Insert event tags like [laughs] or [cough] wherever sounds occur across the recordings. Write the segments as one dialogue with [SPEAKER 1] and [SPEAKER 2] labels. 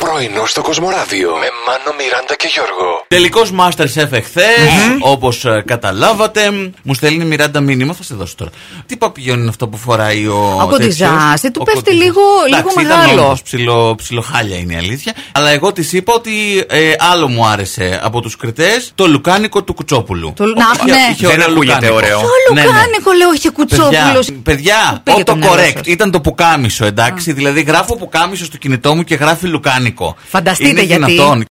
[SPEAKER 1] Πρωινό στο Κοσμοράδιο με Μάνο, Μιράντα και Γιώργο.
[SPEAKER 2] Τελικός Masterchef εχθές,
[SPEAKER 3] Ναι.
[SPEAKER 2] όπω καταλάβατε. Μου στέλνει η Μιράντα μήνυμα, θα σε δώσω τώρα. Τι παπηγιόν είναι αυτό που φοράει ο.
[SPEAKER 3] Από τη
[SPEAKER 2] τέτοιος?
[SPEAKER 3] ζάστη, του
[SPEAKER 2] Ο
[SPEAKER 3] πέφτει
[SPEAKER 2] κοντιζάς.
[SPEAKER 3] λίγο- λίγο
[SPEAKER 2] Εντάξει,
[SPEAKER 3] μεγάλο.
[SPEAKER 2] Ήταν όμως ψιλο, ψιλοχάλια είναι η αλήθεια. Αλλά εγώ της είπα ότι ε, άλλο μου άρεσε από τους κριτές το λουκάνικο του Κουτσόπουλου.
[SPEAKER 3] Το λου- να,
[SPEAKER 2] Είχε-
[SPEAKER 3] ναι.
[SPEAKER 2] είχε
[SPEAKER 4] Δεν
[SPEAKER 2] ωραίο
[SPEAKER 4] ακούγεται
[SPEAKER 2] λουκάνικο.
[SPEAKER 4] ωραίο.
[SPEAKER 3] Το
[SPEAKER 2] Ναι, ναι.
[SPEAKER 3] λουκάνικο, λέω, είχε κουτσόπουλος.
[SPEAKER 2] Παιδιά, παιδιά
[SPEAKER 3] Πήγε το
[SPEAKER 2] το
[SPEAKER 3] μυαλό
[SPEAKER 2] correct
[SPEAKER 3] σας.
[SPEAKER 2] ήταν το πουκάμισο, εντάξει. Δηλαδή, γράφω πουκάμισο στο κινητό μου και γράφει λουκάνικο.
[SPEAKER 3] Φανταστείτε
[SPEAKER 2] Είναι
[SPEAKER 3] γιατί.
[SPEAKER 2] δυνατόν.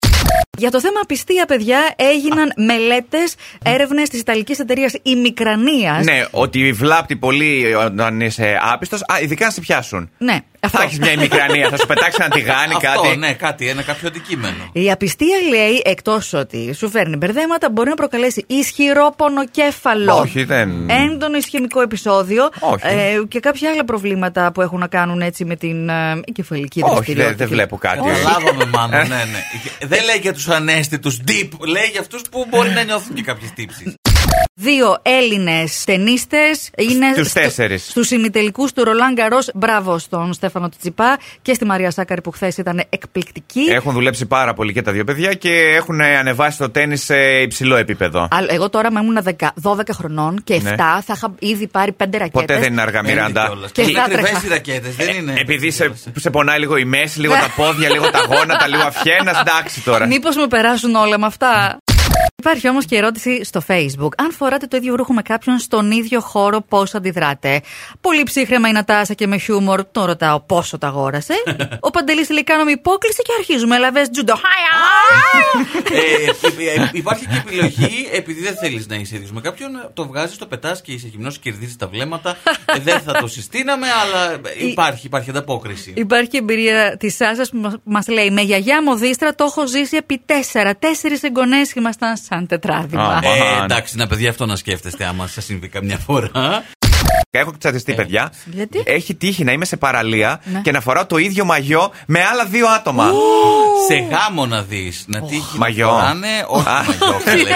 [SPEAKER 3] Για το θέμα απιστία, παιδιά, έγιναν μελέτες, έρευνες της Ιταλικής εταιρείας Η Μικρανία.
[SPEAKER 4] Ναι, ότι βλάπτει πολύ όταν είσαι άπιστος, ειδικά να σε πιάσουν.
[SPEAKER 3] Ναι, αυτό.
[SPEAKER 4] Θα έχεις μια ημικρανία, θα σου πετάξει ένα τηγάνι,
[SPEAKER 2] Αυτό,
[SPEAKER 4] κάτι.
[SPEAKER 2] ναι, κάτι, ένα κάποιο αντικείμενο.
[SPEAKER 3] Η απιστία λέει, εκτός ότι σου φέρνει μπερδέματα, μπορεί να προκαλέσει ισχυρό πονοκέφαλο.
[SPEAKER 4] Όχι, δεν.
[SPEAKER 3] Έντονο ισχυμικό επεισόδιο. Ε,
[SPEAKER 4] Όχι.
[SPEAKER 3] και κάποια άλλα προβλήματα που έχουν να κάνουν έτσι με την ε, κεφαλική
[SPEAKER 4] Όχι,
[SPEAKER 3] δραστηριότητα.
[SPEAKER 4] δεν δεν βλέπω κάτι.
[SPEAKER 2] Καταλάβαμε
[SPEAKER 4] Ε.
[SPEAKER 2] μάλλον, ναι, ναι. Δεν λέει για τους ανέστητους deep, λέει για αυτούς που μπορεί να νιώθουν και κάποιες τύψεις.
[SPEAKER 3] Δύο Έλληνες ταινίστε είναι
[SPEAKER 4] Στους τέσσερις.
[SPEAKER 3] Στους ημιτελικούς του Ρολάν Γκαρός. Μπράβο στον Στέφανο Τσιπά και στη Μαρία Σάκαρη που χθες ήταν εκπληκτική.
[SPEAKER 4] Έχουν δουλέψει πάρα πολύ και τα δύο παιδιά και έχουν ε, ανεβάσει το τέννη σε υψηλό επίπεδο.
[SPEAKER 3] Αλλά Εγώ τώρα, με ήμουν 10 12 χρονών και 7,
[SPEAKER 4] Ναι.
[SPEAKER 3] θα είχα ήδη πάρει 5 ρακέτες.
[SPEAKER 4] Ποτέ δεν είναι αργά, Μιράντα. Ε,
[SPEAKER 2] Και
[SPEAKER 3] Και θα
[SPEAKER 2] είναι
[SPEAKER 3] τρέχα.
[SPEAKER 2] κρυφέ οι ρακέτες, δεν είναι.
[SPEAKER 4] Επειδή σε, σε πονάει λίγο η μέση, λίγο τα πόδια, λίγο τα γόνατα, λίγο αυχένα, εντάξει τώρα.
[SPEAKER 3] Μήπως με περάσουν όλα με αυτά. Υπάρχει όμως και ερώτηση στο Facebook. Αν φοράτε το ίδιο ρούχο με κάποιον στον ίδιο χώρο, πώς αντιδράτε. Πολύ ψύχρεμα η Νατάσα και με χιούμορ, τον ρωτάω πόσο τα
[SPEAKER 4] [laughs]
[SPEAKER 3] αγόρασε. Ο Παντελής λέει: Κάναμε υπόκληση και αρχίζουμε. Λαβέ τζουντο.
[SPEAKER 4] [laughs]
[SPEAKER 3] Χάια!
[SPEAKER 2] Ε, ε, Υπάρχει και επιλογή, επειδή δεν θέλεις να είσαι ίδιος με κάποιον, το βγάζεις, το πετάς και είσαι γυμνός, κερδίζεις τα βλέμματα. Ε, Δεν θα το συστήναμε, αλλά υπάρχει, υπάρχει ανταπόκριση.
[SPEAKER 3] Υπάρχει εμπειρία της Σάσας που μας λέει: Με γιαγιά μου δίστρα το έχω ζήσει επί τέσσερα. Τέσσερις εγγονές ήμασταν σαν τετράδημα.
[SPEAKER 4] Α,
[SPEAKER 2] Ε,
[SPEAKER 4] Μαχάν.
[SPEAKER 2] εντάξει, να παιδιά, αυτό να σκέφτεστε άμα σας συμβεί καμιά φορά.
[SPEAKER 4] Έχω
[SPEAKER 2] Ε,
[SPEAKER 4] τσατιστεί, παιδιά.
[SPEAKER 3] γιατί?
[SPEAKER 4] Έχει τύχει να είμαι σε παραλία
[SPEAKER 3] Ναι.
[SPEAKER 4] και να φοράω το ίδιο μαγιό με άλλα δύο άτομα.
[SPEAKER 2] Σε γάμο να δεις, να τύχει. να
[SPEAKER 4] Μαγιό.
[SPEAKER 2] φοράνε, όχι
[SPEAKER 4] Α.
[SPEAKER 2] μαγιό, καλέ.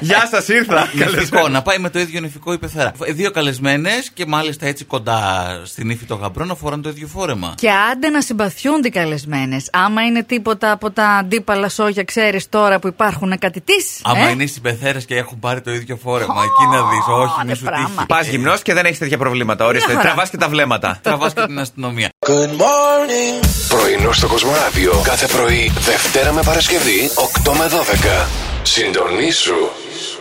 [SPEAKER 4] Γεια σας, ήρθα.
[SPEAKER 2] Νηφικό, να πάει με το ίδιο νηφικό υπεθέρα. Δύο καλεσμένες και μάλιστα έτσι κοντά στην ύφη των γαμπρών να φοράνε το ίδιο φόρεμα.
[SPEAKER 3] Και άντε να συμπαθιούνται οι καλεσμένες. Άμα είναι τίποτα από τα αντίπαλα σόγια, ξέρεις τώρα που υπάρχουν κάτι ε? τη.
[SPEAKER 2] Άμα είναι στι πεθέρε και έχουν πάρει το ίδιο φόρεμα, εκεί να δεις. Όχι,
[SPEAKER 3] δε
[SPEAKER 2] μη σου
[SPEAKER 3] πράγμα.
[SPEAKER 2] τύχει.
[SPEAKER 4] Πας γυμνός και δεν έχεις τέτοια προβλήματα. Ορίστε,
[SPEAKER 3] χαρά.
[SPEAKER 4] τραβάς και τα βλέμματα.
[SPEAKER 2] Τραβάς και την αστυνομία.
[SPEAKER 1] Πρωινό στο Κοσμοράδιο κάθε πρωί, Δευτέρα με Παρασκευή, 8 με 12. Συντονίσου.